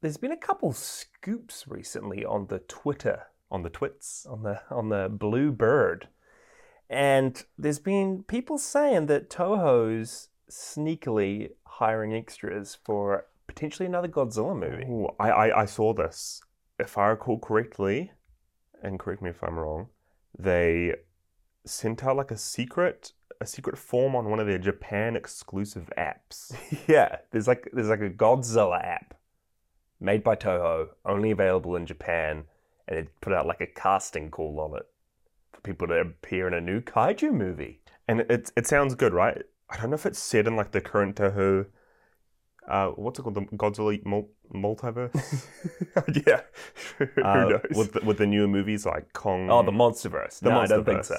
There's been a couple scoops recently on the Twitter, on the twits. on the on the Blue Bird, and there's been people saying that Toho's sneakily hiring extras for potentially another Godzilla movie. Ooh, I, I, I saw this. If I recall correctly, and correct me if I'm wrong, they sent out like a secret a secret form on one of their Japan exclusive apps. yeah, there's like there's like a Godzilla app made by Toho, only available in Japan, and it put out like a casting call on it for people to appear in a new kaiju movie. And it, it, sounds good, right? I don't know if it's said in like the current Toho, uh, what's it called, the Godzilla mul- multiverse? yeah, who Uh, knows? with With the, with the newer movies like Kong. Oh, the MonsterVerse. the no, I don't think Monsterverse. so.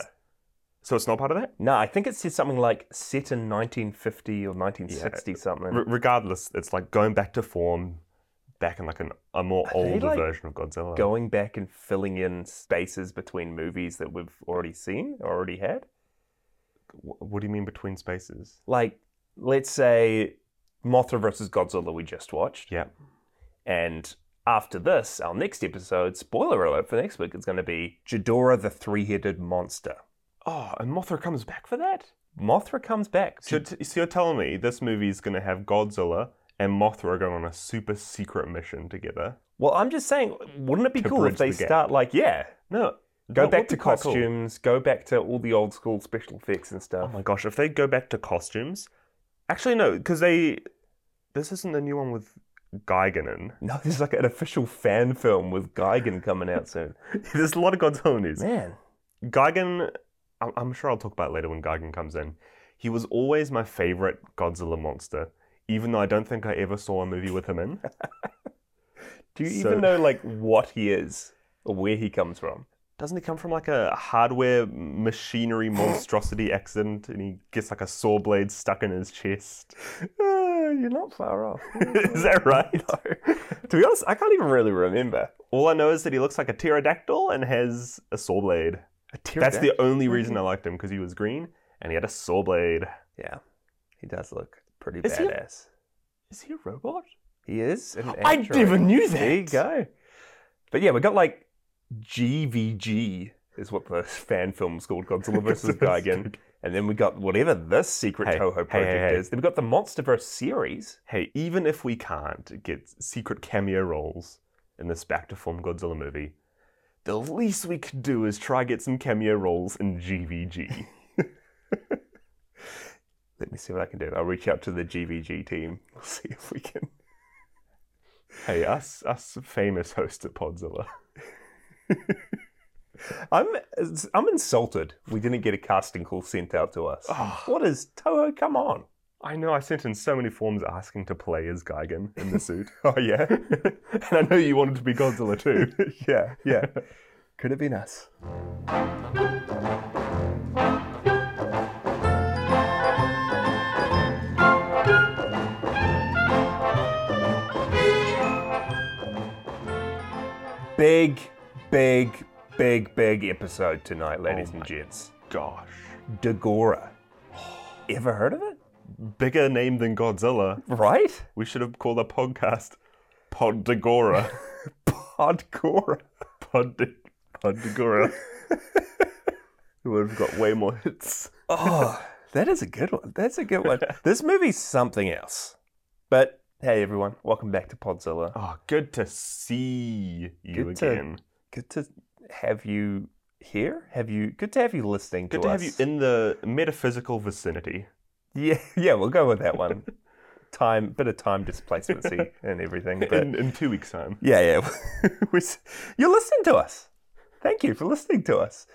so it's not part of that. No, I think it said something like set in 1950 or 1960 something. R- regardless, it's like going back to form, back in like an, a more Are they, older like, version of Godzilla. Going back and filling in spaces between movies that we've already seen, already had. Wh- what do you mean between spaces? Like, let's say Mothra versus Godzilla we just watched. Yeah. And after this, our next episode, spoiler alert for next week, is going to be Ghidorah the Three Headed Monster. Oh, and Mothra comes back for that? Mothra comes back. So, t- so you're telling me this movie's going to have Godzilla and Mothra going on a super secret mission together? well, I'm just saying, wouldn't it be To cool if bridge they the gap. start like, yeah, No. go that would back be to quite cool. costumes, go back to all the old school special effects and Oh stuff. my gosh, if they go back to costumes. Actually, no, because they. This isn't the new one with Giganon. No, there's like an official fan film with Gigan coming out soon. There's a lot of Godzilla news. Man, Gigan, I- I'm sure I'll talk about it later when Gigan comes in. He was always my favorite Godzilla monster, even though I don't think I ever saw a movie with him in. do you So- even know like what he is or where he comes from? Doesn't he come from like a hardware machinery monstrosity accident and he gets like a saw blade stuck in his chest? Eh, you're not far off. Is that right? to be honest, I can't even really remember. All I know is that he looks like a pterodactyl and has a saw blade. That's the only reason I liked him because he was green and he had a saw blade. yeah. He does look pretty Is he a- badass. Is he a robot? He, is. An I android. never knew There you that. go. But yeah, we got like GVG is what the fan film's called, Godzilla vs. Gigan. And then we got whatever this secret Hey, hey, Toho project hey, hey. is. Then we got the MonsterVerse series. Hey, even if we can't get secret cameo roles in this back to form Godzilla movie, the least we could do is try get some cameo roles in GVG. Let me see what I can do. I'll reach out to the GVG team. We'll see if we can. hey, us us famous hosts at Podzilla. I'm I'm insulted. We didn't get a casting call sent out to us. Oh, What is Toho? Come on. I know I sent in so many forms asking to play as Gigan in the suit. oh yeah, and I know you wanted to be Godzilla too. yeah, yeah. Could have been us. Big, big, big, big episode tonight, ladies and my- gents. Gosh, Dagora. Ever heard of it? bigger name than Godzilla. Right? We should have called our podcast Poddagora. Hardcore. Pod Podgora. we would have got way more hits. Oh, that is a good one. That's a good one. This movie's something else. But hey, everyone, welcome back to Podzilla. Oh, good to see you Good to- again. Good to have you here. Have you? Good to have you listening good to, to us. have you in the metaphysical vicinity. yeah, yeah, we'll go with that one. time, bit of time displacemency and everything. But in, in two weeks' time. Yeah, yeah. We're s- You're listening to us. Thank you for listening to us.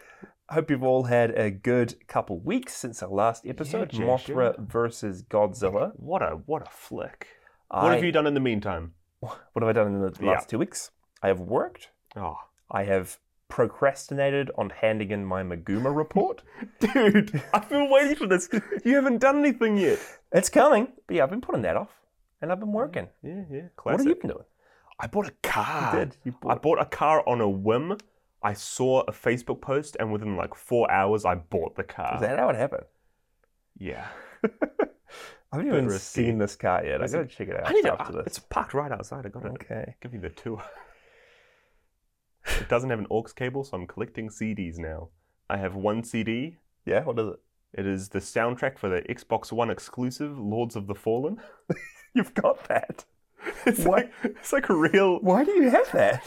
I hope you've all had a good couple weeks since our last episode, Jay, Mothra versus Godzilla. What a what a flick. What have I- you done in the meantime? What have I done in the last Yeah. two weeks? I have worked. Oh, I have procrastinated on handing in my Maguma report. dude, I've been waiting for this. You haven't done anything yet. it's coming, but yeah, I've been putting that off, and I've been working. Yeah, yeah. What Classic. Ah. have you been doing? I bought a car. did. You I bought- bought a car on a whim. I saw a Ah. Facebook post, and within like four hours, I bought the car. Is that how it happened? Yeah. I haven't even Bit risky. seen this car yet. I Is gotta it- check it out I need to. Ah, after this. It's parked right outside. I got it. Okay. Give me the tour. it doesn't have an aux cable, so I'm collecting CDs now. I have one CD. Yeah, what is it? It is the soundtrack for the Xbox One exclusive Lords of the Fallen. You've got that. It's What? like it's like a real Why do you have that?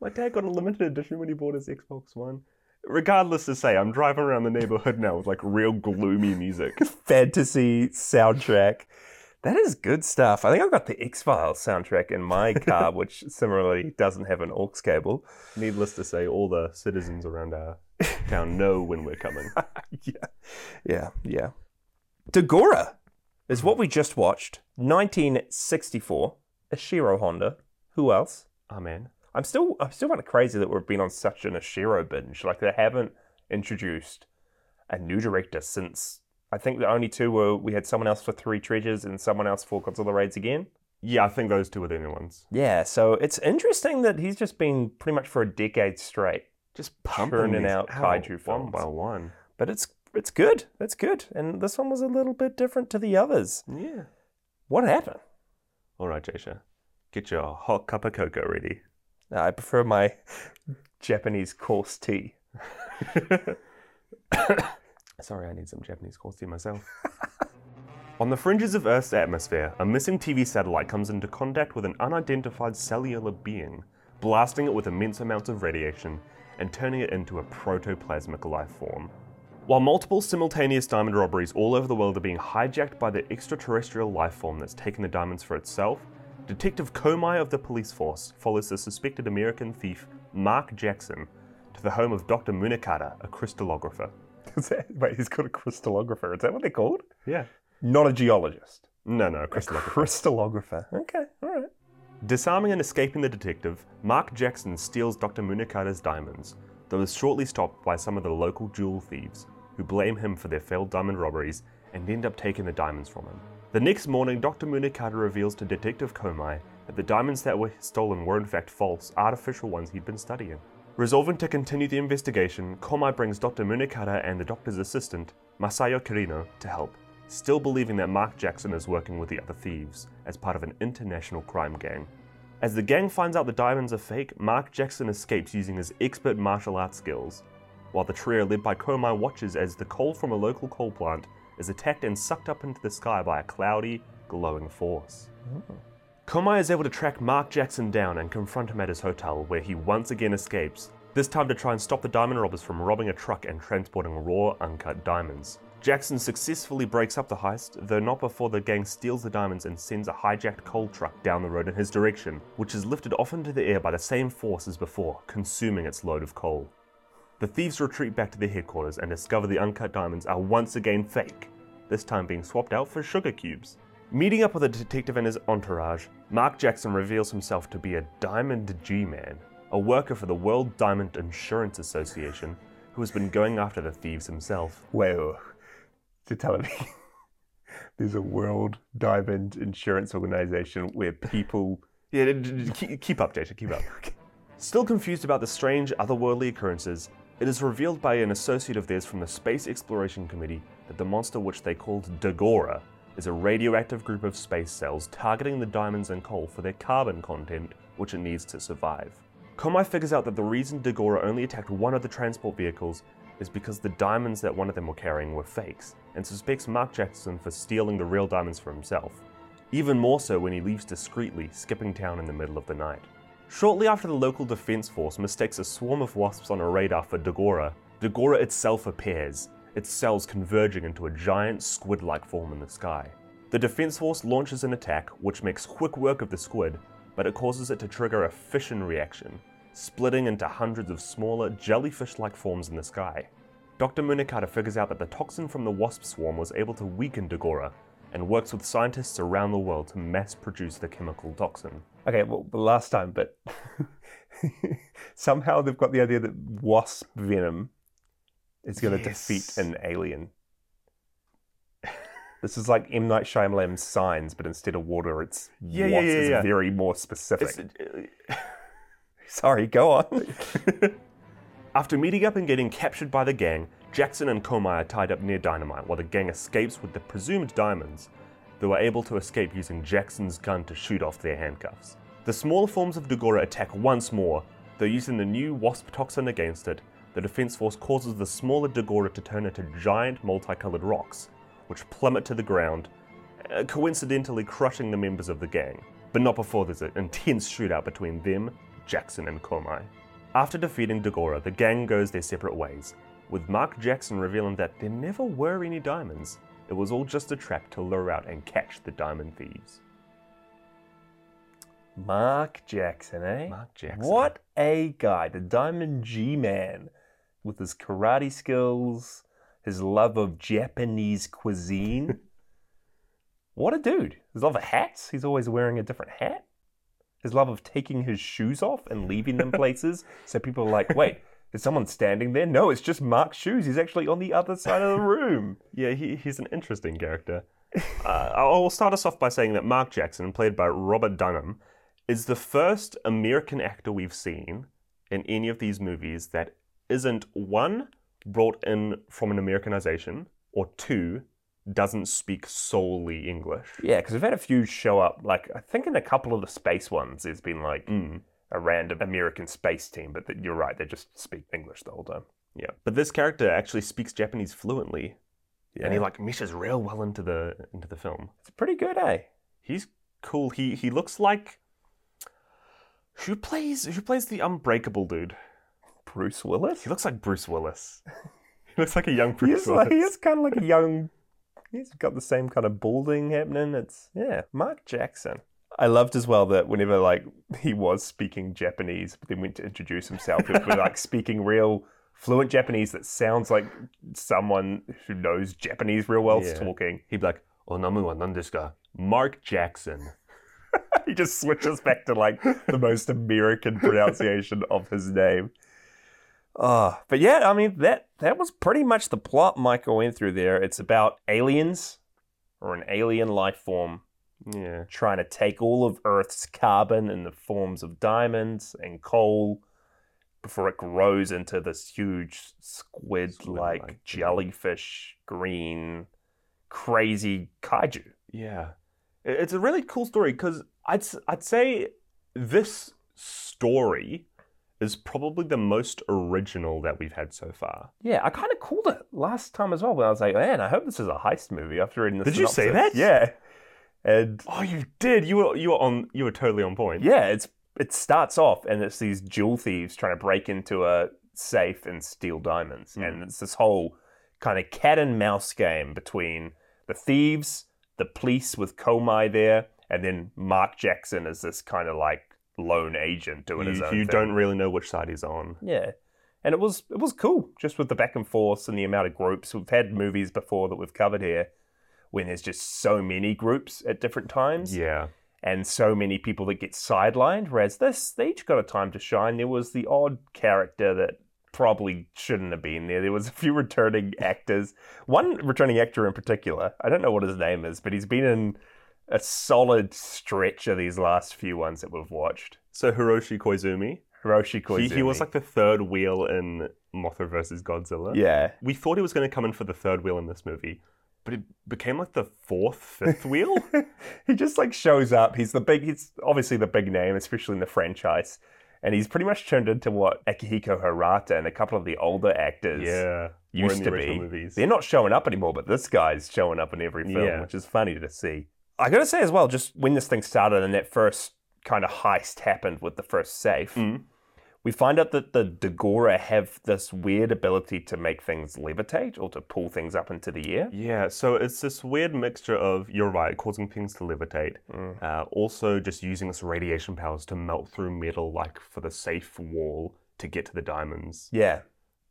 My dad got a limited edition when he bought his Xbox One. Regardless to say, I'm driving around the neighborhood now with like real gloomy music. Fantasy soundtrack. That is good stuff. I think I've got the X Files soundtrack in my car, which similarly doesn't have an aux cable. Needless to say, all the citizens around our town know when we're coming. yeah, yeah, yeah. Dagora is what we just watched. 1964. Ashiro Honda. Who else? Oh man. I'm still, I'm still kind of crazy that we've been on such an Ashiro binge. Like they haven't introduced a new director since. I think the only two were we had someone else for Three Treasures and someone else for Godzilla Raids again. Yeah, I think those two are the only ones. Yeah, so it's interesting that he's just been pretty much for a decade straight. Just Churning these out kaiju one by films. one. But it's it's good. It's good. And this one was a little bit different to the others. Yeah. What happened? All right, Jasha, get your hot cup of cocoa ready. I prefer my Japanese coarse tea. Sorry, I need some Japanese course tea myself. On the fringes of Earth's atmosphere, a missing TV satellite comes into contact with an unidentified cellular being, blasting it with immense amounts of radiation and turning it into a protoplasmic life form. While multiple simultaneous diamond robberies all over the world are being hijacked by the extraterrestrial life form that's taken the diamonds for itself, Detective Komai of the police force follows the suspected American thief Mark Jackson to the home of Dr. Munakata, a crystallographer. Is that, wait, he's called a crystallographer. Is that what they're called? Yeah. Not a geologist. No, no, A crystallographer. crystallographer. Okay, all right. Disarming and escaping the detective, Mark Jackson steals Dr. Munakata's diamonds, though is shortly stopped by some of the local jewel thieves, who blame him for their failed diamond robberies and end up taking the diamonds from him. The next morning, Dr. Munakata reveals to Detective Komai that the diamonds that were stolen were in fact false, artificial ones he'd been studying. Resolving to continue the investigation, Komai brings Dr. Munakata and the doctor's assistant, Masayo Kirino, to help, still believing that Mark Jackson is working with the other thieves as part of an international crime gang. As the gang finds out the diamonds are fake, Mark Jackson escapes using his expert martial arts skills, while the trio led by Komai watches as the coal from a local coal plant is attacked and sucked up into the sky by a cloudy, glowing force. Komai is able to track Mark Jackson down and confront him at his hotel, where he once again escapes, this time to try and stop the diamond robbers from robbing a truck and transporting raw, uncut diamonds. Jackson successfully breaks up the heist, though not before the gang steals the diamonds and sends a hijacked coal truck down the road in his direction, which is lifted off into the air by the same force as before, consuming its load of coal. The thieves retreat back to their headquarters and discover the uncut diamonds are once again fake, this time being swapped out for sugar cubes. Meeting up with the detective and his entourage, Mark Jackson reveals himself to be a Diamond G Man, a worker for the World Diamond Insurance Association who has been going after the thieves himself. Well, you're telling me there's a World Diamond Insurance Organization where people. Yeah, d- d- d- keep, keep up, Jason, keep up. Still confused about the strange, otherworldly occurrences, it is revealed by an associate of theirs from the Space Exploration Committee that the monster, which they called Dagora, is a radioactive group of space cells targeting the diamonds and coal for their carbon content, which it needs to survive. Komai figures out that the reason Dagora only attacked one of the transport vehicles is because the diamonds that one of them were carrying were fakes, and suspects Mark Jackson for stealing the real diamonds for himself even more so when he leaves discreetly, skipping town in the middle of the night. Shortly after the local defense force mistakes a swarm of wasps on a radar for Dagora, Dagora itself appears, its cells converging into a giant squid like form in the sky. The defense force launches an attack, which makes quick work of the squid, but it causes it to trigger a fission reaction, splitting into hundreds of smaller, jellyfish like forms in the sky. Dr. Munakata figures out that the toxin from the wasp swarm was able to weaken Dagora and works with scientists around the world to mass produce the chemical toxin. Okay, well, the last time, but somehow they've got the idea that wasp venom is going to defeat Yes. an alien. This is like M. Night Shyamalan's signs, but instead of water, it's Yeah, yeah, wasp. yeah, It's yeah. very more specific. It's- Sorry, go on. After meeting up and getting captured by the gang, Jackson and Komai are tied up near dynamite while the gang escapes with the presumed diamonds, though are able to escape using Jackson's gun to shoot off their handcuffs. The smaller forms of Dagora attack once more, though using the new wasp toxin against it, the defense force causes the smaller Dagora to turn into giant multicolored rocks, which plummet to the ground, uh, coincidentally crushing the members of the gang. But not before there's an intense shootout between them, Jackson, and Komai. After defeating Dagora, the gang goes their separate ways, with Mark Jackson revealing that there never were any diamonds. It was all just a trap to lure out and catch the diamond thieves. Mark Jackson, eh? Mark Jackson. What a guy. The Diamond G Man with his karate skills, his love of Japanese cuisine. what a dude. His love of hats. He's always wearing a different hat. His love of taking his shoes off and leaving them places. So people are like, wait, is someone standing there? No, it's just Mark's shoes. He's actually on the other side of the room. Yeah, he, he's an interesting character. uh, I'll start us off by saying that Mark Jackson, played by Robert Dunham, is the first American actor we've seen in any of these movies that isn't one, brought in from an Americanization, or two, doesn't speak solely English. Yeah, because we've had a few show up. Like, I think in a couple of the space ones, there's been like Mm. a random American space team, but th- you're right, they just speak English the whole time. Yeah, but this character actually speaks Japanese fluently, Yeah. and he like meshes real well into the into the film. It's pretty good, eh? He's cool. He he looks like who plays who plays the unbreakable dude. Bruce Willis? He looks like Bruce Willis. he looks like a young He Bruce is, Willis. like, he is kind of like a young. He's got the same kind of balding happening. It's, yeah, Mark Jackson. I loved as well that whenever, like, he was speaking Japanese, but then went to introduce himself, he was, like, speaking real fluent Japanese that sounds like someone who knows Japanese real well Yeah. talking. He'd be like, "Onamu wa nan desu ka?" Mark Jackson. he just switches back to like the most American pronunciation of his name. Uh, but yeah, I mean that that was pretty much the plot Michael went through there. It's about aliens or an alien life form Yeah. trying to take all of Earth's carbon in the forms of diamonds and coal before it grows into this huge squid like Squid-like thing. jellyfish green crazy kaiju. Yeah. I- It's a really cool story because I'd, s- I'd say this story is probably the most original that we've had so far. Yeah, I kind of called it last time as well when I was like, man, I hope this is a heist movie after reading this. Did you say that? Yeah. And Oh, you did. You were you were on you were totally on point. yeah, it's it starts off and it's these jewel thieves trying to break into a safe and steal diamonds. Mm. And it's this whole kind of cat and mouse game between the thieves, the police with Komai there, and then Mark Jackson as this kind of like lone agent doing his You, own you thing. don't really know which side he's on. Yeah. And it was it was cool, just with the back and forth and the amount of groups. We've had movies before that we've covered here when there's just so many groups at different times Yeah. and so many people that get sidelined. Whereas this, they each got a time to shine. There was the odd character that probably shouldn't have been there. There was a few returning actors. One returning actor in particular, I don't know what his name is, but he's been in a solid stretch of these last few ones that we've watched. So Hiroshi Koizumi, Hiroshi He, Koizumi. he was like the third wheel in Mothra versus Godzilla. yeah. We thought he was going to come in for the third wheel in this movie, but it became like the fourth, fifth wheel. he just like shows up. He's the big. He's obviously the big name, especially in the franchise, and he's pretty much turned into what Akihiko Harata and a couple of the older actors. yeah. Used Or to in the be. original movies. They're not showing up anymore, but this guy's showing up in every film, Yeah. which is funny to see. I gotta say as well, just when this thing started and that first kind of heist happened with the first safe, Mm. we find out that the Dagora have this weird ability to make things levitate or to pull things up into the air. Yeah, so it's this weird mixture of, you're right, causing things to levitate, Mm. uh, also just using its radiation powers to melt through metal, like for the safe wall to get to the diamonds. Yeah.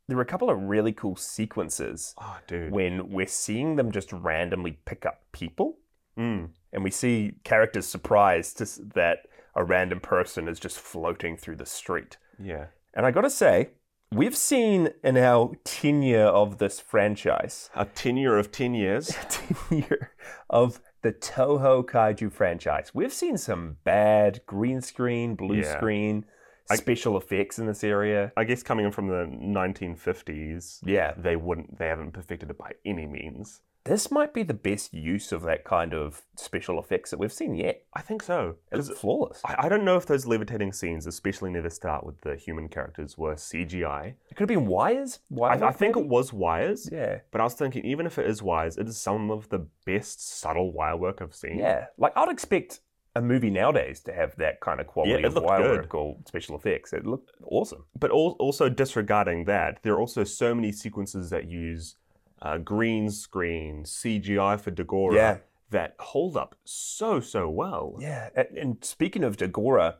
There were a couple of really cool sequences Oh, dude. when we're seeing them just randomly pick up people Mm. and we see characters surprised to s- that a random person is just floating through the street. Yeah. And I gotta say, we've seen in our tenure of this franchise, A tenure of 10 years. tenure of the Toho Kaiju franchise, we've seen some bad green screen, blue Yeah. screen, I- special effects in this area. I guess coming in from the 1950s, Yeah, they wouldn't they haven't perfected it by any means. this might be the best use of that kind of special effects that we've seen yet. I think so. It's 'Cause flawless. I, I don't know if those levitating scenes, especially near the start with the human characters, were CGI. It could have been wires. I, Wires. I think it maybe? was wires, Yeah, but I was thinking even if it is wires, it is some of the best subtle wire work I've seen. yeah. Like I'd expect a movie nowadays to have that kind of quality it of looked wire good. work or special effects. It looked awesome. But al- also disregarding that, there are also so many sequences that use uh, green screen, CGI for Dagora Yeah. that hold up so so well. Yeah, a- and speaking of Dagora,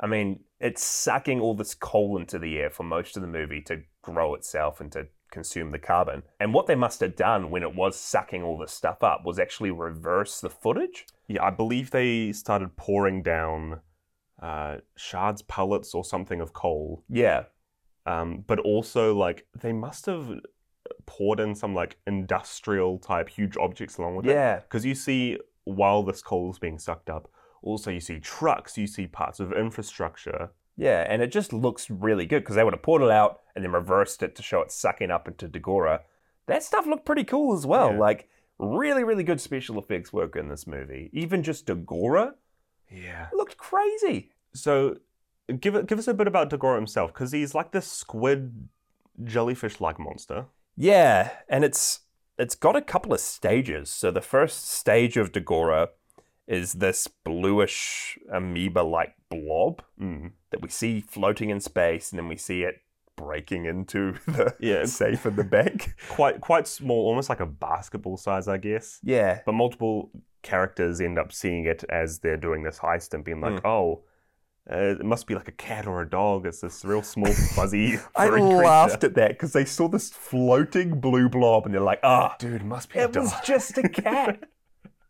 I mean, it's sucking all this coal into the air for most of the movie to grow itself and to consume the carbon. And what they must have done when it was sucking all this stuff up was actually reverse the footage. Yeah, I believe they started pouring down uh, shards, pellets, or something of coal. Yeah, Um, but also, like, they must have poured in some, like, industrial type huge objects along with it. yeah, Because you see, while this coal is being sucked up, also you see trucks, you see parts of infrastructure. yeah. And it just looks really good because they would have poured it out and then reversed it to show it sucking up into Dagora. That stuff looked pretty cool as well. Yeah. Like, really, really good special effects work in this movie. Even just Dagora Yeah. looked crazy. So, give it, give us a bit about Dagora himself, because he's like this squid jellyfish-like monster. Yeah, and it's it's got a couple of stages. So the first stage of Dagora is this bluish amoeba-like blob Mm. that we see floating in space, and then we see it breaking into the Yeah, it's safe in the bank. quite quite small, almost like a basketball size, I guess. Yeah, But multiple characters end up seeing it as they're doing this heist and being like, "Oh, uh, it must be like a cat or a dog. It's this real small fuzzy." I furry creature." laughed at that because they saw this floating blue blob, and they're like, "Ah, Dude, it must be a it dog. was just a cat.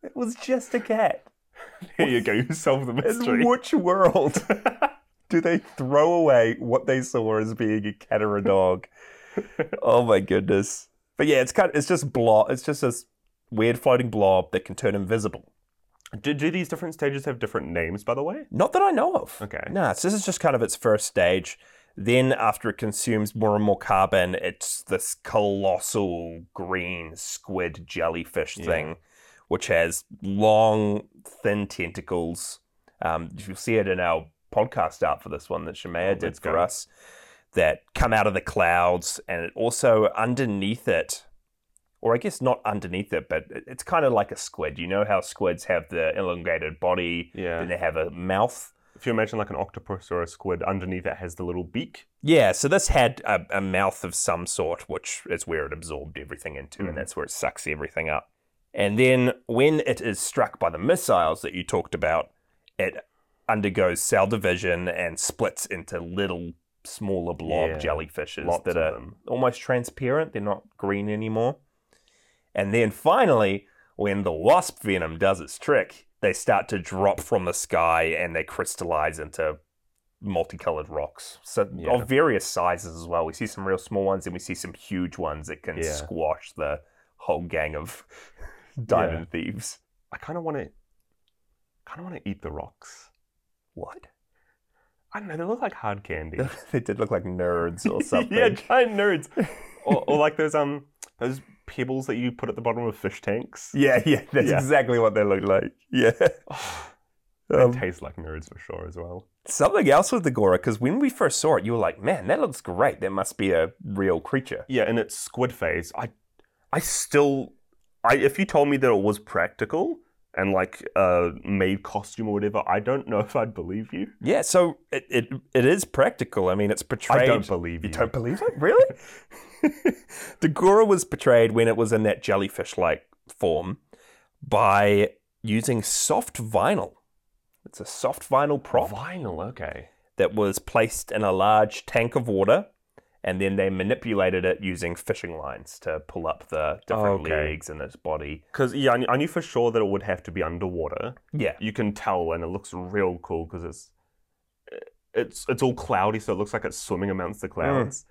it was just a cat." Here you go. You solve the mystery. In which world do they throw away what they saw as being a cat or a dog? oh my goodness! But yeah, it's kind of, it's just blob. It's just this weird floating blob that can turn invisible. do, do these different stages have different names, by the way? Not that I know of. Okay. No, so this is just kind of its first stage. Then, after it consumes more and more carbon, it's this colossal green squid jellyfish Yeah. thing, which has long, thin tentacles. Um, you'll see it in our podcast art for this one that Shemaya Oh, did let's for go. us, that come out of the clouds, and it also underneath it, or I guess not underneath it, but it- it's kind of like a squid. You know how squids have the elongated body, Yeah. and they have a mouth. If you imagine like an octopus or a squid, underneath it has the little beak. Yeah, so this had a, a mouth of some sort, which is where it absorbed everything into, Mhm. and that's where it sucks everything up. And then when it is struck by the missiles that you talked about, it undergoes cell division and splits into little, smaller blob Yeah, jellyfishes Lots that of are them. almost transparent. They're not green anymore. And then finally, when the wasp venom does its trick, they start to drop from the sky and they crystallize into multicolored rocks. So Yeah. of various sizes as well. We see some real small ones and we see some huge ones that can Yeah. squash the whole gang of diamond thieves. I kind of want to, kind of want to eat the rocks. What? I don't know. They look like hard candy. they did look like nerds or something. yeah, giant nerds. or, or like those um those pebbles that you put at the bottom of fish tanks. yeah, yeah, that's Yeah. exactly what they look like. Yeah. they Um, taste like nerds for sure as well. Something else with the Gora, because when we first saw it, you were like, man, that looks great. That must be a real creature. Yeah, and its squid phase. I I still I if you told me that it was practical and like uh made costume or whatever, I don't know if I'd believe you. Yeah, so it, it, it is practical. I mean, it's portrayed. I don't believe you. You don't believe it? Really? the Gora was portrayed when it was in that jellyfish like form by using soft vinyl. It's a soft vinyl prop Vinyl, okay. that was placed in a large tank of water, and then they manipulated it using fishing lines to pull up the different Okay. legs and its body. Because yeah, I knew, I knew for sure that it would have to be underwater. Yeah. You can tell, and it looks real cool because it's it's it's all cloudy, so it looks like it's swimming amongst Hmm. the clouds.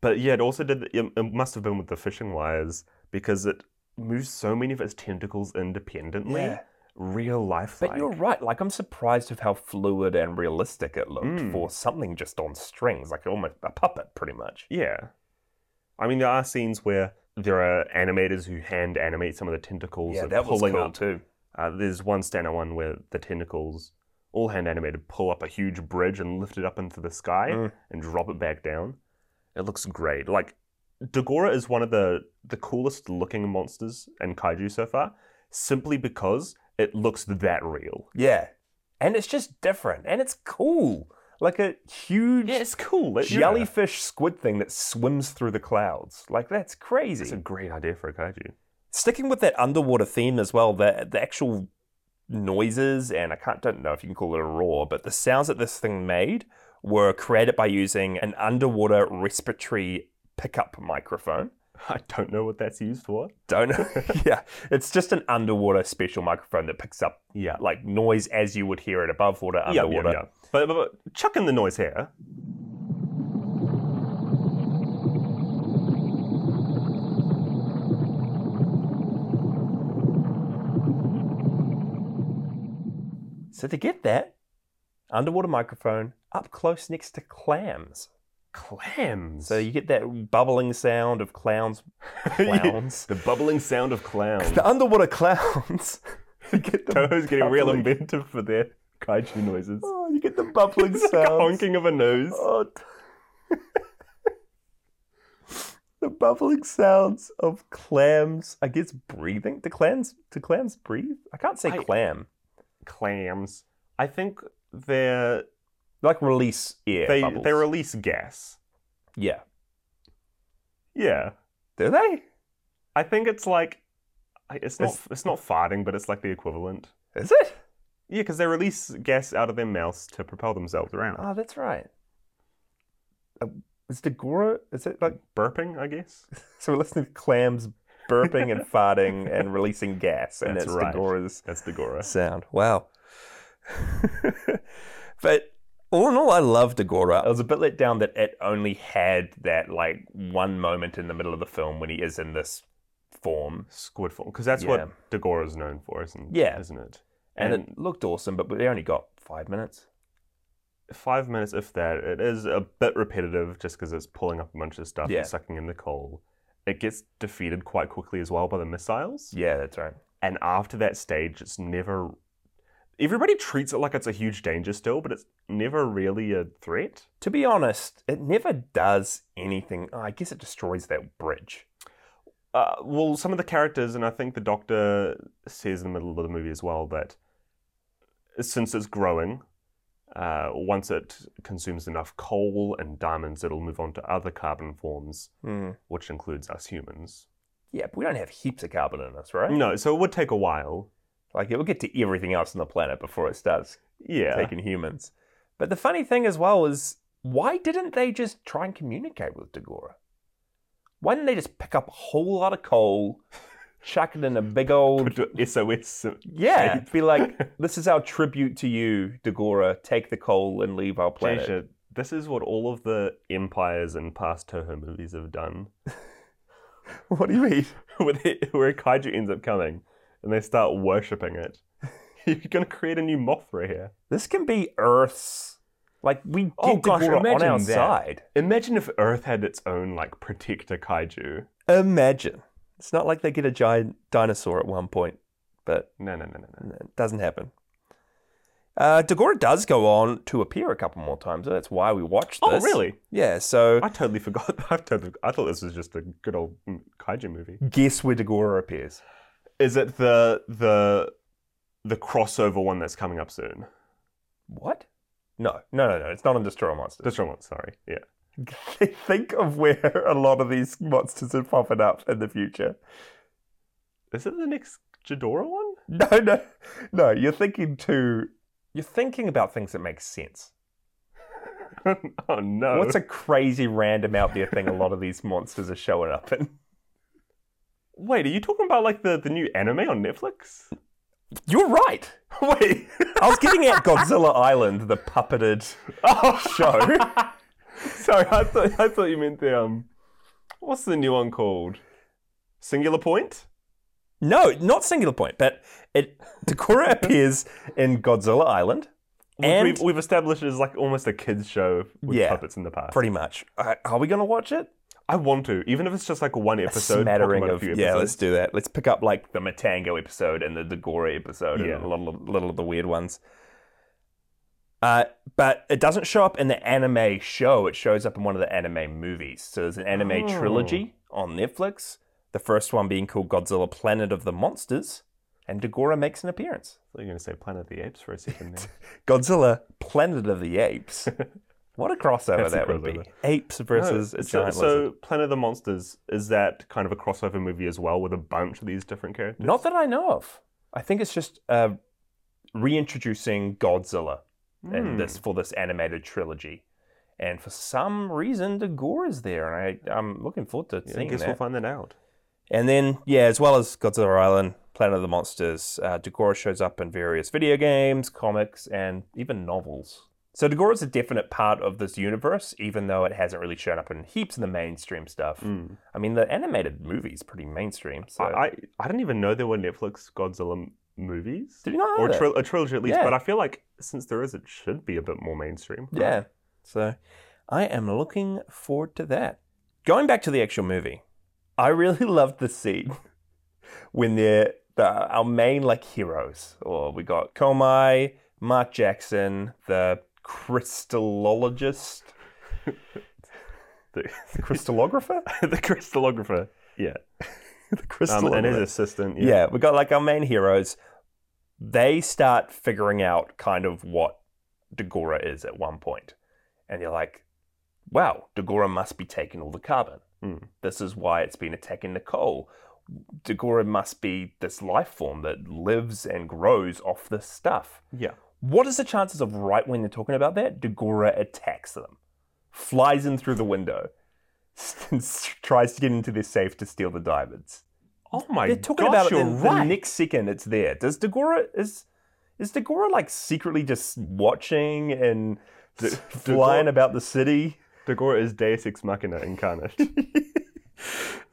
But yeah, it also did. It, it must have been with the fishing wires because it moves so many of its tentacles independently. Yeah. real life But you're right. Like I'm surprised of how fluid and realistic it looked Mm. for something just on strings, like almost a puppet, pretty much. Yeah. I mean, there are scenes where there are animators who hand animate some of the tentacles Yeah, of that was pulling cool up. too. Uh, there's one standout one where the tentacles, all hand animated, pull up a huge bridge and lift it up into the sky Mm. and drop it back down. It looks great. Like Dagora is one of the the coolest looking monsters in kaiju so far, simply because it looks that real. Yeah, and it's just different, and it's cool. Like a huge Yeah, it's cool. It- yeah. jellyfish squid thing that swims through the clouds. Like that's crazy. It's a great idea for a kaiju. Sticking with that underwater theme as well, the the actual noises and I can't don't know if you can call it a roar, but the sounds that this thing made were created by using an underwater respiratory pickup microphone. I don't know what that's used for. Don't know. yeah, it's just an underwater special microphone that picks up Yeah. like noise as you would hear it above water, Yeah, yeah, underwater. yeah. But, but, but chuck in the noise here. So to get that underwater microphone up close next to clams, Clams. so you get that bubbling sound of clowns, clowns. the bubbling sound of clowns. The underwater clowns. you get the Toho's getting real bubbling- inventive for their kaiju noises. Oh, you get the bubbling It's like a sounds. honking of a nose. Oh, t- the bubbling sounds of clams. I guess breathing. Do clams? Do clams breathe? I can't say I- clam. Clams. I think they're Like release air. they bubbles. they release gas. yeah. Yeah. Do they? I think it's like I- it's not It's- it's not farting, but it's like the equivalent. Is it? Yeah, because they release gas out of their mouths to propel themselves around. Oh, that's right. Uh, is the Goro? Is it like Burping, I guess. so? We're listening to clams burping and farting and releasing gas, and That's it's right. the Gora's That's the Gora. sound. Wow. but all in all, I loved Agora. I was a bit let down that it only had that like one moment in the middle of the film when he is in this form. Squid form, because that's Yeah. what Dagora is known for, isn't Yeah. isn't it? And, it looked awesome, but we only got five minutes. five minutes, if that. It is a bit repetitive just because it's pulling up a bunch of stuff Yeah. and sucking in the coal. It gets defeated quite quickly as well by the missiles. Yeah, that's right. And after that stage, it's never. Everybody treats it like it's a huge danger still, but it's never really a threat. To be honest, it never does anything. Oh, I guess it destroys that bridge. Uh, well, some of the characters, and I think the doctor says in the middle of the movie as well that since it's growing, uh, once it consumes enough coal and diamonds, it'll move on to other carbon forms, Hmm. which includes us humans. Yeah, but we don't have heaps of carbon in us, right? No, so it would take a while. Like, it will get to everything else on the planet before it starts Yeah. taking humans. But the funny thing as well is, why didn't they just try and communicate with Dagora? Why didn't they just pick up a whole lot of coal, chuck it in a big old Put a SOS. yeah, be like, this is our tribute to you, Dagora. Take the coal and leave our planet. Jason, this is what all of the empires and past Toho movies have done. What do you mean? where, they, where a kaiju ends up coming and they start worshipping it. You're going to create a new Mothra here. This can be Earth's. Like we get Oh, gosh, Dagora on imagine our that. side. Imagine if Earth had its own, like, protector kaiju. Imagine. It's not like they get a giant dinosaur at one point, but No, no, no, no, no. No, It doesn't happen. Uh, Dagora does go on to appear a couple more times. so That's why we watched Oh, this. really? Yeah, so I totally forgot. I've totally, I thought this was just a good old mm, kaiju movie. guess where Dagora appears? Is it the the the crossover one that's coming up soon? What? No, no, no, no. It's not in Destroy All Monsters. That's wrong one. Sorry. Yeah. They think of where a lot of these monsters are popping up in the future. Is it the next Jadora one? No, no, no. You're thinking too. You're thinking about things that make sense. oh no! What's a crazy random out there thing a lot of these monsters are showing up in? Wait, are you talking about like the, the new anime on Netflix? You're right. Wait. I was getting at Godzilla Island, the puppeted oh show. Sorry, I thought I thought you meant the um. What's the new one called? Singular Point. No, not singular point, but it Takora appears in Godzilla Island. Which And- we've, we've established it as like almost a kids show with Yeah. puppets in the past. Pretty much. Uh, Are we going to watch it? I want to, even if it's just like one A episode, talk smattering about a of few yeah. Let's episodes. do that. Let's pick up like the Matango episode and the Dagora episode Yeah. and a little, little of the weird ones. Uh, but it doesn't show up in the anime show. It shows up in one of the anime movies. So there's an anime Oh. trilogy on Netflix. The first one being called Godzilla: Planet of the Monsters, and Dagora makes an appearance. I thought you were going to say Planet of the Apes for a second there. Godzilla: Planet of the Apes. What a crossover That's a that would be! crossover. Apes versus No, a so, giant lizard. so Planet of the Monsters is that kind of a crossover movie as well with a bunch of these different characters? Not that I know of. I think it's just uh, reintroducing Godzilla Hmm. in this for this animated trilogy. And for some reason, the gore is there, and I, I'm looking forward to Yeah, I seeing guess that. we'll find that out. and then, yeah, as well as Godzilla Island, Planet of the Monsters, uh, Dagora shows up in various video games, comics, and even novels. So Dagora is a definite part of this universe, even though it hasn't really shown up in heaps of the mainstream stuff. Mm. I mean, the animated movie's pretty mainstream. Hmm. So I, I I didn't even know there were Netflix Godzilla m- movies did you not know or that? tri- a trilogy at least, Yeah. but I feel like since there is, it should be a bit more mainstream. Yeah. So I am looking forward to that. Going back to the actual movie, I really loved the scene when they're the, our main like heroes. Or we got Komai, Mark Jackson, the crystallologist, the, crystallographer, the crystallographer the um, crystallographer, and his assistant. yeah. Yeah, we got like our main heroes. They start figuring out kind of what Dagora is at one point, and you're like, "Wow, Dagora must be taking all the carbon. Hmm. This is why it's been attacking the coal. Dagora must be this life form that lives and grows off this stuff." yeah. What is the chances of right when they're talking about that, Dagora attacks them, flies in through the window, and tries to get into their safe to steal the diamonds? Oh my They're talking gosh, about it you're in right. the next second. It's there. Does Dagora is is Dagora like secretly just watching and D- s- flying Dagora- about the city? Dagora is Deus Ex Machina incarnate.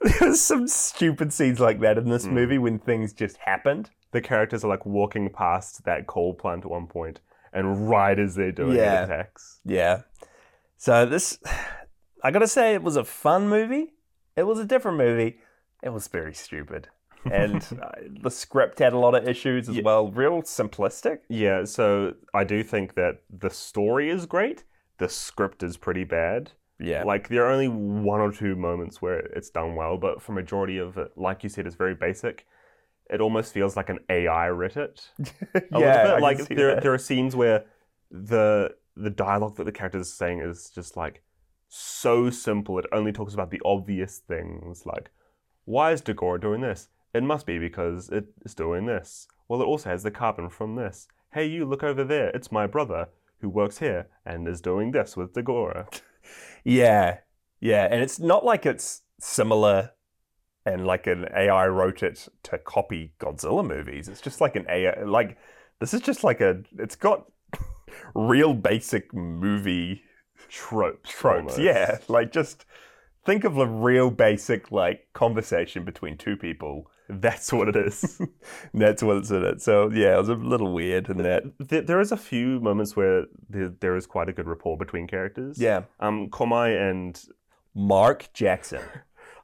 There's some stupid scenes like that in this Mm. movie when things just happened. the characters are like walking past that coal plant at one point, and right as they're doing Yeah. it, attacks. Yeah. So this, I gotta say, it was a fun movie. It was a different movie. It was very stupid, and uh, the script had a lot of issues as Yeah. well. Real simplistic. Yeah, so I do think that the story is great. The script is pretty bad. Yeah. Like there are only one or two moments where it's done well, but for majority of it, like you said, it's very basic. It almost feels like an AI writ it. A yeah. I little can bit. like see there that. there are scenes where the the dialogue that the character is saying is just like so simple. It only talks about the obvious things like why is Dagora doing this? It must be because it's doing this. Well, it also has the carbon from this. Hey, you look over there. It's my brother who works here and is doing this with Dagora. Yeah, yeah, and it's not like it's similar, and like an AI wrote it to copy Godzilla movies. It's just like an AI, like this is just like a. It's got real basic movie Tropes. tropes. almost. Yeah, like just think of the real basic like conversation between two people. That's what it is. That's what it's in it. So yeah, it was a little weird in that. there, there is a few moments where there, there is quite a good rapport between characters. Yeah, Um, Komai and Mark Jackson.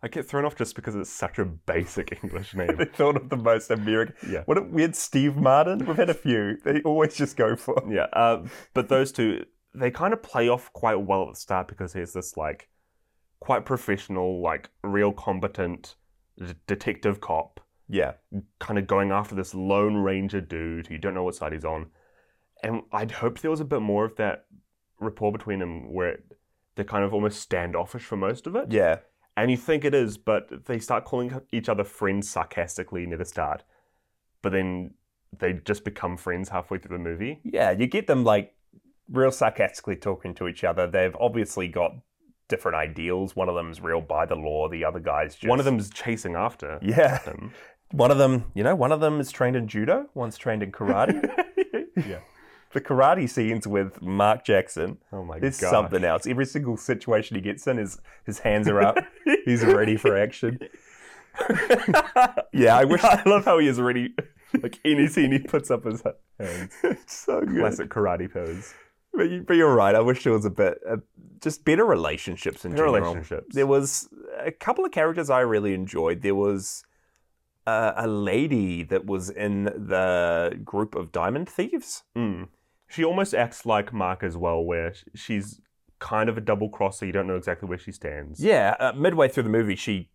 I get thrown off just because it's such a basic English they name. thought of the most American. yeah. What a weird Steve Martin. We've had a few. They always just go for. Yeah. Uh, but those two, they kind of play off quite well at the start because he's this like quite professional, like real competent d- detective cop Yeah. kind of going after this lone ranger dude who you don't know what side he's on. And I'd hoped there was a bit more of that rapport between them where it, they're kind of almost standoffish for most of it. Yeah. And you think it is, but they start calling each other friends sarcastically near the start. But then they just become friends halfway through the movie. Yeah. You get them like real sarcastically talking to each other. They've obviously got different ideals. One of them's real by the law, the other guy's just. One of them's chasing after Yeah. him. One of them, you know, one of them is trained in judo, one's trained in karate. yeah. the karate scenes with Mark Jackson Oh my is god. something else. Every single situation he gets in, his, his hands are up, he's ready for action. Yeah, I wish. I love how he is already like any scene he puts up his hands. it's so good. Classic karate pose. But, you, but you're right. I wish there was a bit, uh, just better relationships in Their general. relationships. There was a couple of characters I really enjoyed. There was uh, a lady that was in the group of diamond thieves. Mm. She almost acts like Mark as well, where sh- she's kind of a double crosser. You don't know exactly where she stands. Yeah, uh, midway through the movie, she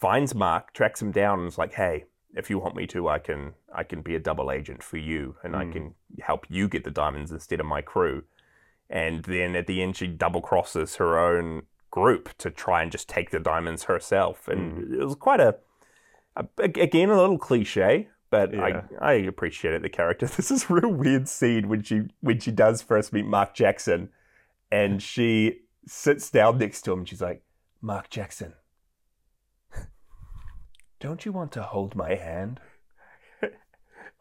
finds Mark, tracks him down, and is like, "Hey, if you want me to, I can, I can be a double agent for you, and I Mm. can help you get the diamonds instead of my crew." And then at the end, she double crosses her own group to try and just take the diamonds herself, and it was quite a, a a- again, a little cliche. But Yeah. I, I appreciate it. The character. This is a real weird scene when she when she does first meet Mark Jackson, and she sits down next to him. And she's like, Mark Jackson, don't you want to hold my hand? And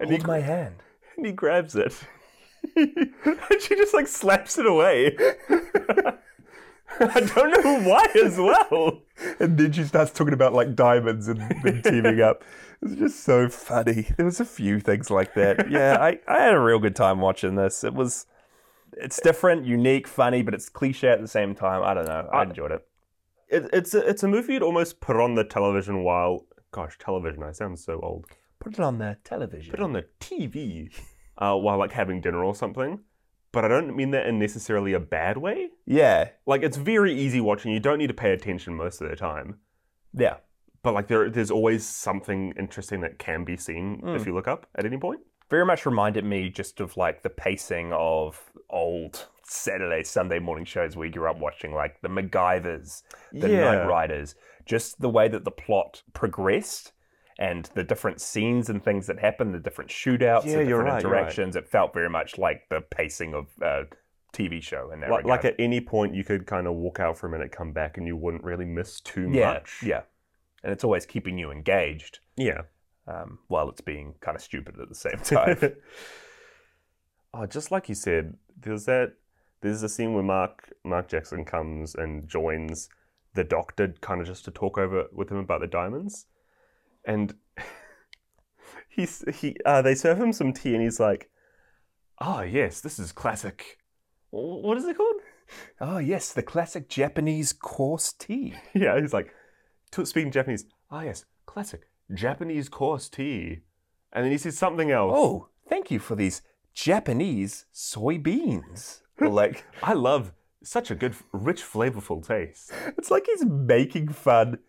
he, hold my hand. and he grabs it. and she just like slaps it away. I don't know why as well. And then she starts talking about like diamonds and them teaming up. It's just so funny. There was a few things like that. Yeah, I, I had a real good time watching this. It was, it's different, unique, funny, but it's cliche at the same time. I don't know. I I- enjoyed it. It, it's, a, it's a movie you'd almost put on the television while. Gosh, television, I sound so old. Put it on the television. Put it on the TV uh, while like having dinner or something. But I don't mean that in necessarily a bad way. Yeah, Like, it's very easy watching. You don't need to pay attention most of the time. yeah. but like there, there's always something interesting that can be seen Mm. if you look up at any point. very much reminded me just of like the pacing of old Saturday, Sunday morning shows we grew up watching, like the MacGyvers, the Night Riders, just the way that the plot progressed and the different scenes and things that happened, the different shootouts, Yeah, and different you're right, you're right. interactions. It felt very much like the pacing of a TV show in that Like, like regard. at any point you could kind of walk out for a minute, come back, and you wouldn't really miss too yeah, much. yeah, and it's always keeping you engaged yeah, um, while it's being kind of stupid at the same time. oh, just like you said, there's that. There's a scene where Mark Mark Jackson comes and joins the doctor, kind of just to talk over with him about the diamonds, and he's he uh, they serve him some tea, and he's like, "Ah, yes, this is classic. Wh- What is it called?" oh yes, the classic Japanese coarse tea. Yeah, he's like, to, speaking Japanese. Ah, yes, classic Japanese coarse tea. And then he says something else. Oh, thank you for these Japanese soybeans. Or like I love such a good, rich, flavorful taste. it's like he's making fun.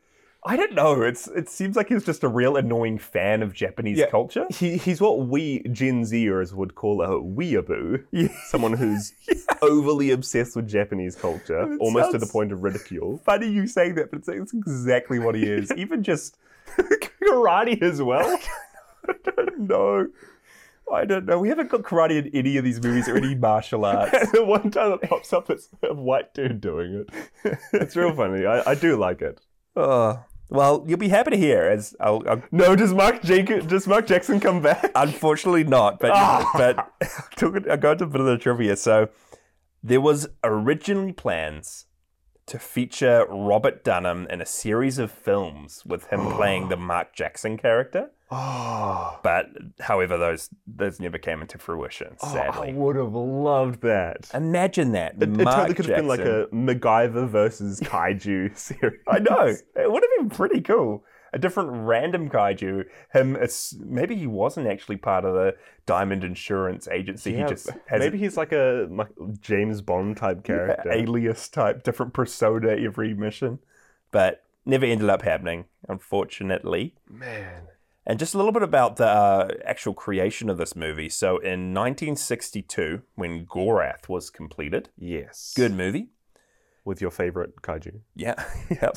I don't know. It's it seems like he's just a real annoying fan of Japanese Yeah. culture. He, he's what we Gen Zers would call a weeaboo, someone who's overly obsessed with Japanese culture, It almost to the sounds- point of ridicule. Funny you saying that, but it's, it's exactly what he is. Even just Karate as well. no, I don't know. We haven't got karate in any of these movies or any martial arts. the one time it pops up, it's a white dude doing it. It's real funny. I, I do like it. oh, well, you'll be happy to hear. As I'll, I'll, No, does Mark Jac- does Mark Jackson come back? unfortunately not, but Ah. but took it, I got to a bit of the trivia. So there was originally plans to feature Robert Dunham in a series of films with him playing the Mark Jackson character, Oh, but however, those those never came into fruition. I Sadly, would have loved that. imagine that Oh, It, it Mark totally could have been like Jackson. a MacGyver versus Kaiju series. I know it would have been pretty cool. A different random kaiju. Him, ass- maybe he wasn't actually part of the Diamond Insurance Agency. he Yeah, just has maybe he's like a Ma- James Bond type character. alias type, different persona every mission. But never ended up happening, unfortunately. Man, And just a little bit about the uh, actual creation of this movie. So in 1962, when Gorath was completed, yes, good movie. with your favorite Kaiju. Yeah, yep.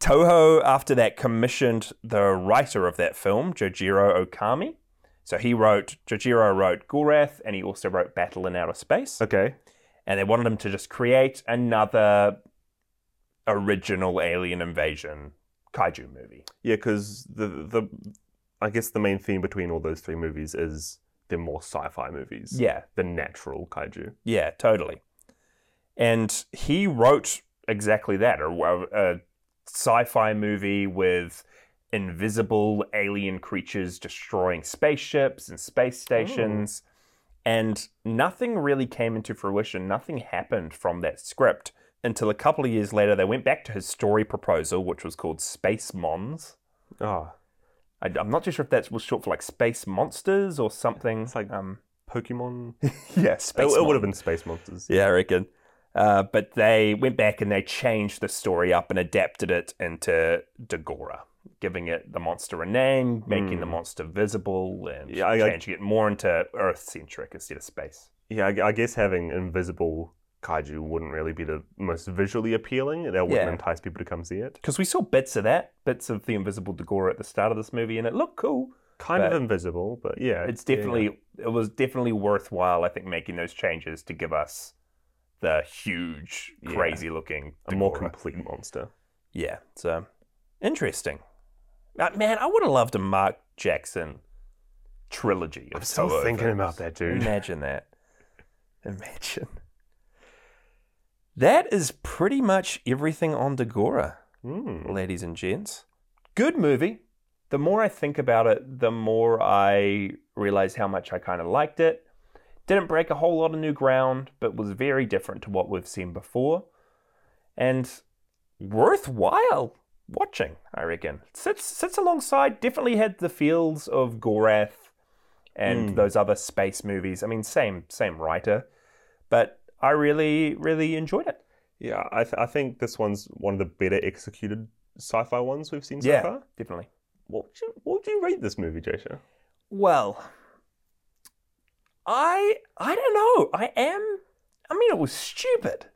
Toho, after that, commissioned the writer of that film, Jojiro Okami. So he wrote, Jojiro wrote Gorath, and he also wrote Battle in Outer Space. Okay, and they wanted him to just create another original alien invasion kaiju movie. yeah, because the the I guess the main theme between all those three movies is they're more sci-fi movies. Yeah, the natural Kaiju. yeah, totally. And he wrote exactly that a, a sci fi movie with invisible alien creatures destroying spaceships and space stations. And nothing really came into fruition. Nothing happened from that script until a couple of years later. They went back to his story proposal, which was called Space Mons. Ah, I, am not too sure if that was short for like Space Monsters or something. It's like- um, Pokemon. yeah, it, Space. it would have Mon- been Space Monsters. Yeah, I reckon. Uh, but they went back and they changed the story up and adapted it into Dagora, giving it the monster a name, making the Hmm. monster visible, and Yeah, I- I- changing it more into Earth centric instead of space. Yeah, I, gu- I guess having invisible kaiju wouldn't really be the most visually appealing. That wouldn't Yeah. entice people to come see it. Because we saw bits of that, bits of the invisible Dagora at the start of this movie, and it looked cool. Kind But- of invisible, but yeah, It's yeah, yeah. definitely it was definitely worthwhile, I think, making those changes to give us the huge, Yeah. crazy looking a more Dagora. complete monster. Yeah, so interesting. Uh, man, I would have loved a Mark Jackson trilogy. Of I'm still Toho thinking films. about that, dude. Imagine that. Imagine. That is pretty much everything on Dagora, Mm. ladies and gents. Good movie. The more I think about it, the more I realize how much I kind of liked it. Didn't break a whole lot of new ground, but was very different to what we've seen before. And worthwhile watching, I reckon. Sits sits alongside, definitely had the feels of Gorath and Mm. those other space movies. I mean, same same writer, but I really really enjoyed it. Yeah, I, th- I think this one's one of the better executed sci-fi ones we've seen so yeah, far. definitely. What would you what would you rate this movie, Jasha? Well, I I don't know. I am. I mean, it was stupid.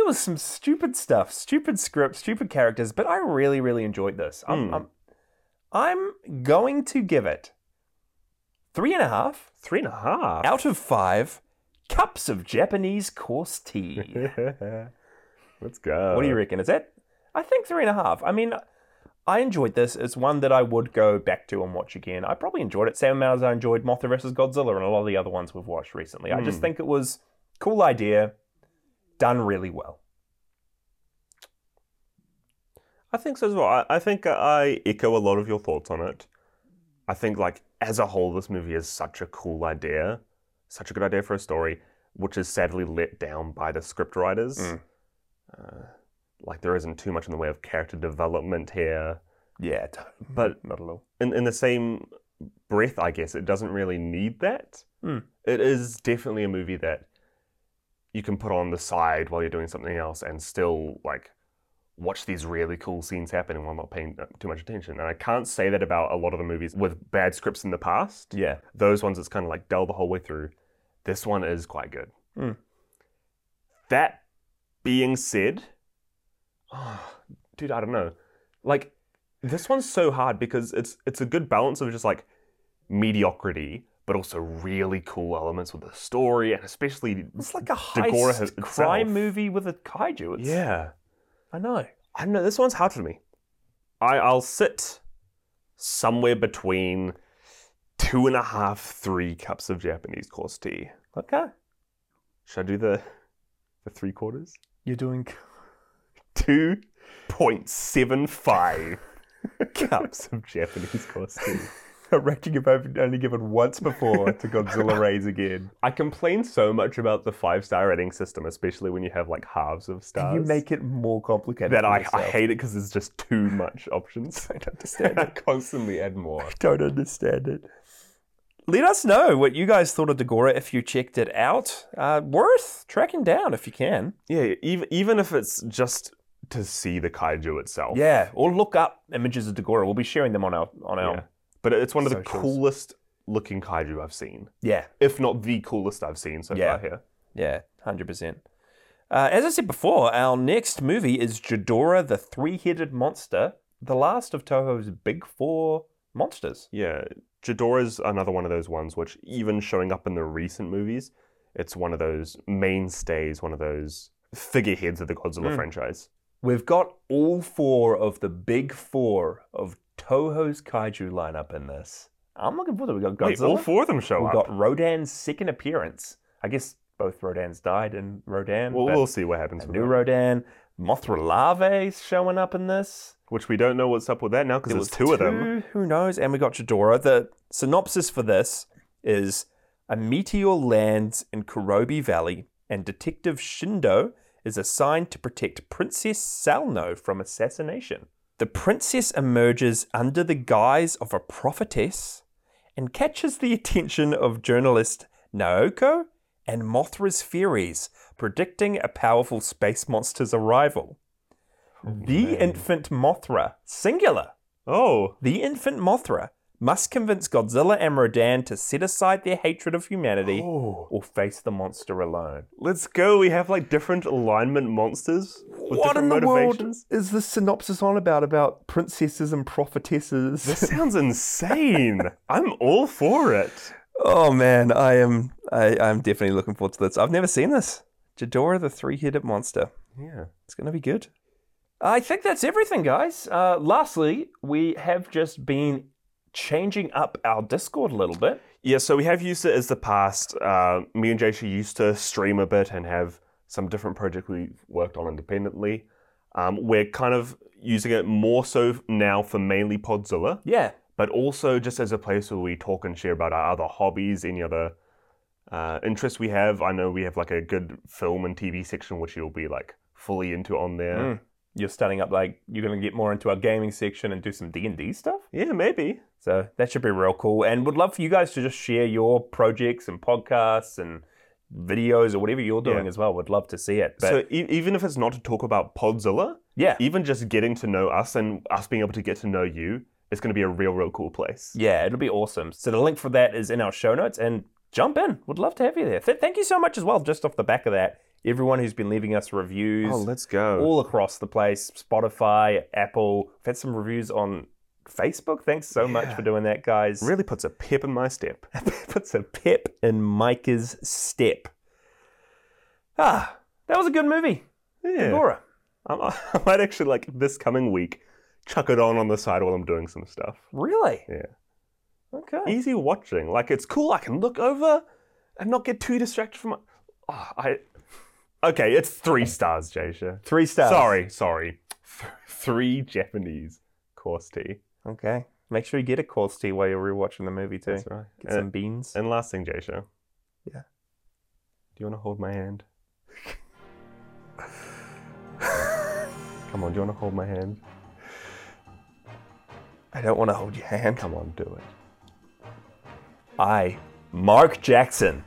It was some stupid stuff, stupid script, stupid characters, but I really, really enjoyed this. I'm, Hmm. I'm, I'm going to give it three and a half Three and a half. out of five cups of Japanese coarse tea. Let's go. what do you reckon? Is that? I think three and a half. I mean, I enjoyed this. It's one that I would go back to and watch again. I probably enjoyed it same amount as I enjoyed Mothra vs. Godzilla and a lot of the other ones we've watched recently. I just Hmm. think it was cool idea, done really well. I think so as well. I, I think I echo a lot of your thoughts on it. I think, like, as a whole, this movie is such a cool idea, such a good idea for a story, which is sadly let down by the script writers. Mm. Uh, like, there isn't too much in the way of character development here. Yeah, But- not at all. In, in the same breath, I guess, it doesn't really need that. Mm. It is definitely a movie that you can put on the side while you're doing something else and still, like, watch these really cool scenes happening while not paying uh, too much attention. And I can't say that about a lot of the movies with bad scripts in the past. Yeah. Those ones, it's kind of like dull the whole way through. This one is quite good. Hmm. That being said, ah, dude, I don't know. Like, this one's so hard because it's it's a good balance of just like mediocrity, but also really cool elements with the story and especially It's like a Dagora heist has- itself. crime movie with a kaiju. It's, yeah. I know. I don't know. This one's hard for me. I I'll sit somewhere between two and a half, three cups of Japanese coarse tea. Okay, Should I do the the three quarters? you're doing Two point seven five cups of Japanese coarse tea. a rating you've only given once before to Godzilla Rays again. I complain so much about the five star rating system, especially when you have like halves of stars. You make it more complicated. that for I, I yourself. hate it because there's just too much options. don't understand I constantly add more. don't understand it. Let us know what you guys thought of Dagora if you checked it out. Uh, worth tracking down if you can. Yeah, even even if it's just to see the kaiju itself. Yeah, or look up images of Dagora. We'll be sharing them on our on Yeah. our. But it's one of the Socials. coolest looking kaiju I've seen, yeah. if not the coolest I've seen so Yeah. far here. Yeah, hundred percent. Uh, as I said before, our next movie is Jadora the Three-Headed Monster, the last of Toho's big four monsters. Yeah, Jadora's another one of those ones which, even showing up in the recent movies, it's one of those mainstays, one of those figureheads of the Godzilla Mm. franchise. We've got all four of the big four of Toho's kaiju lineup in this. I'm looking forward to it. We got Godzilla. Wait, all four of them show we up. got Rodan's second appearance. I guess both Rodans died in Rodan. we'll, but we'll see what happens. a with new that. Rodan. Mothra larvae showing up in this. Which we don't know what's up with that now because There there's was two, of them. Who knows? And we got Chidora. The synopsis for this is a meteor lands in Kurobi Valley, and Detective Shindo is assigned to protect Princess Salno from assassination. The princess emerges under the guise of a prophetess and catches the attention of journalist Naoko and Mothra's Furies, predicting a powerful space monster's arrival. the infant Mothra, singular, Oh, the infant Mothra must convince Godzilla and Rodan to set aside their hatred of humanity Oh. or face the monster alone. let's go. We have like different alignment monsters with what in different the world motivations. is this synopsis on about about princesses and This prophetesses? sounds insane. I'm all for it. oh man, I am I, I'm definitely looking forward to this. I've never seen this. Jadora the three-headed monster. Yeah. It's going to be good. I think that's everything, guys. Uh, lastly, we have just been changing up our Discord a little bit. Yeah, so we have used it as the past. Uh, me and Jaisha used to stream a bit and have some different project we worked on independently. Um, we're kind of using it more so now for mainly Podzilla, Yeah, but also just as a place where we talk and share about our other hobbies, any other uh, interests we have. I know we have like a good film and TV section, which you'll be like fully into on there. Mm. you're starting up like you're going to get more into our gaming section and do some d&d stuff Yeah, maybe. so that should be real cool and would love for you guys to just share your projects and podcasts and videos or whatever you're doing Yeah. as well would love to see it but so e- even if it's not to talk about Podzilla, yeah even just getting to know us and us being able to get to know you is going to be a real, real cool place. yeah it'll be awesome so the link for that is in our show notes and jump in would love to have you there Th- thank you so much as well just off the back of that everyone who's been leaving us reviews Oh, let's go. all across the place spotify apple we've had some reviews on facebook thanks so much Yeah. for doing that guys really puts a pip in my step. puts a pip in Micah's step. Ah, that was a good movie. Yeah. Dora. i I might actually like this coming week chuck it on on the side while I'm doing some stuff. Really? Yeah. Okay. Easy watching. Like it's cool. I can look over and not get too distracted from. Ah, I. Okay, it's three stars, Jasha. Three stars. Sorry, sorry. Th- three Japanese course tea. Okay. Make sure you get a course tea while you're rewatching the movie too. Uh, That's right. Get And- some beans. And last thing, Jay Show. Yeah. Do you want to hold my hand? Come on, do you want to hold my hand? I don't want to hold your hand. Come on, do it. I, Mark Jackson,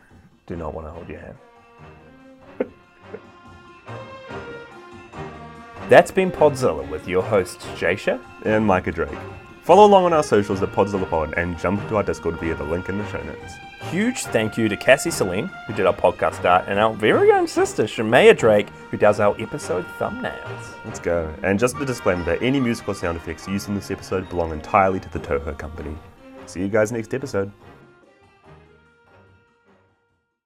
do not want to hold your hand. That's been Podzilla with your host, Jasha. And Micah Drake. Follow along on our socials at Podzilla Pod and jump into our Discord via the link in the show notes. Huge thank you to Cassie Celine, who did our podcast art, and our very own sister, Shemaya Drake, who does our episode thumbnails. Let's go. And just a disclaimer that any musical sound effects used in this episode belong entirely to the Toho Company. See you guys next episode.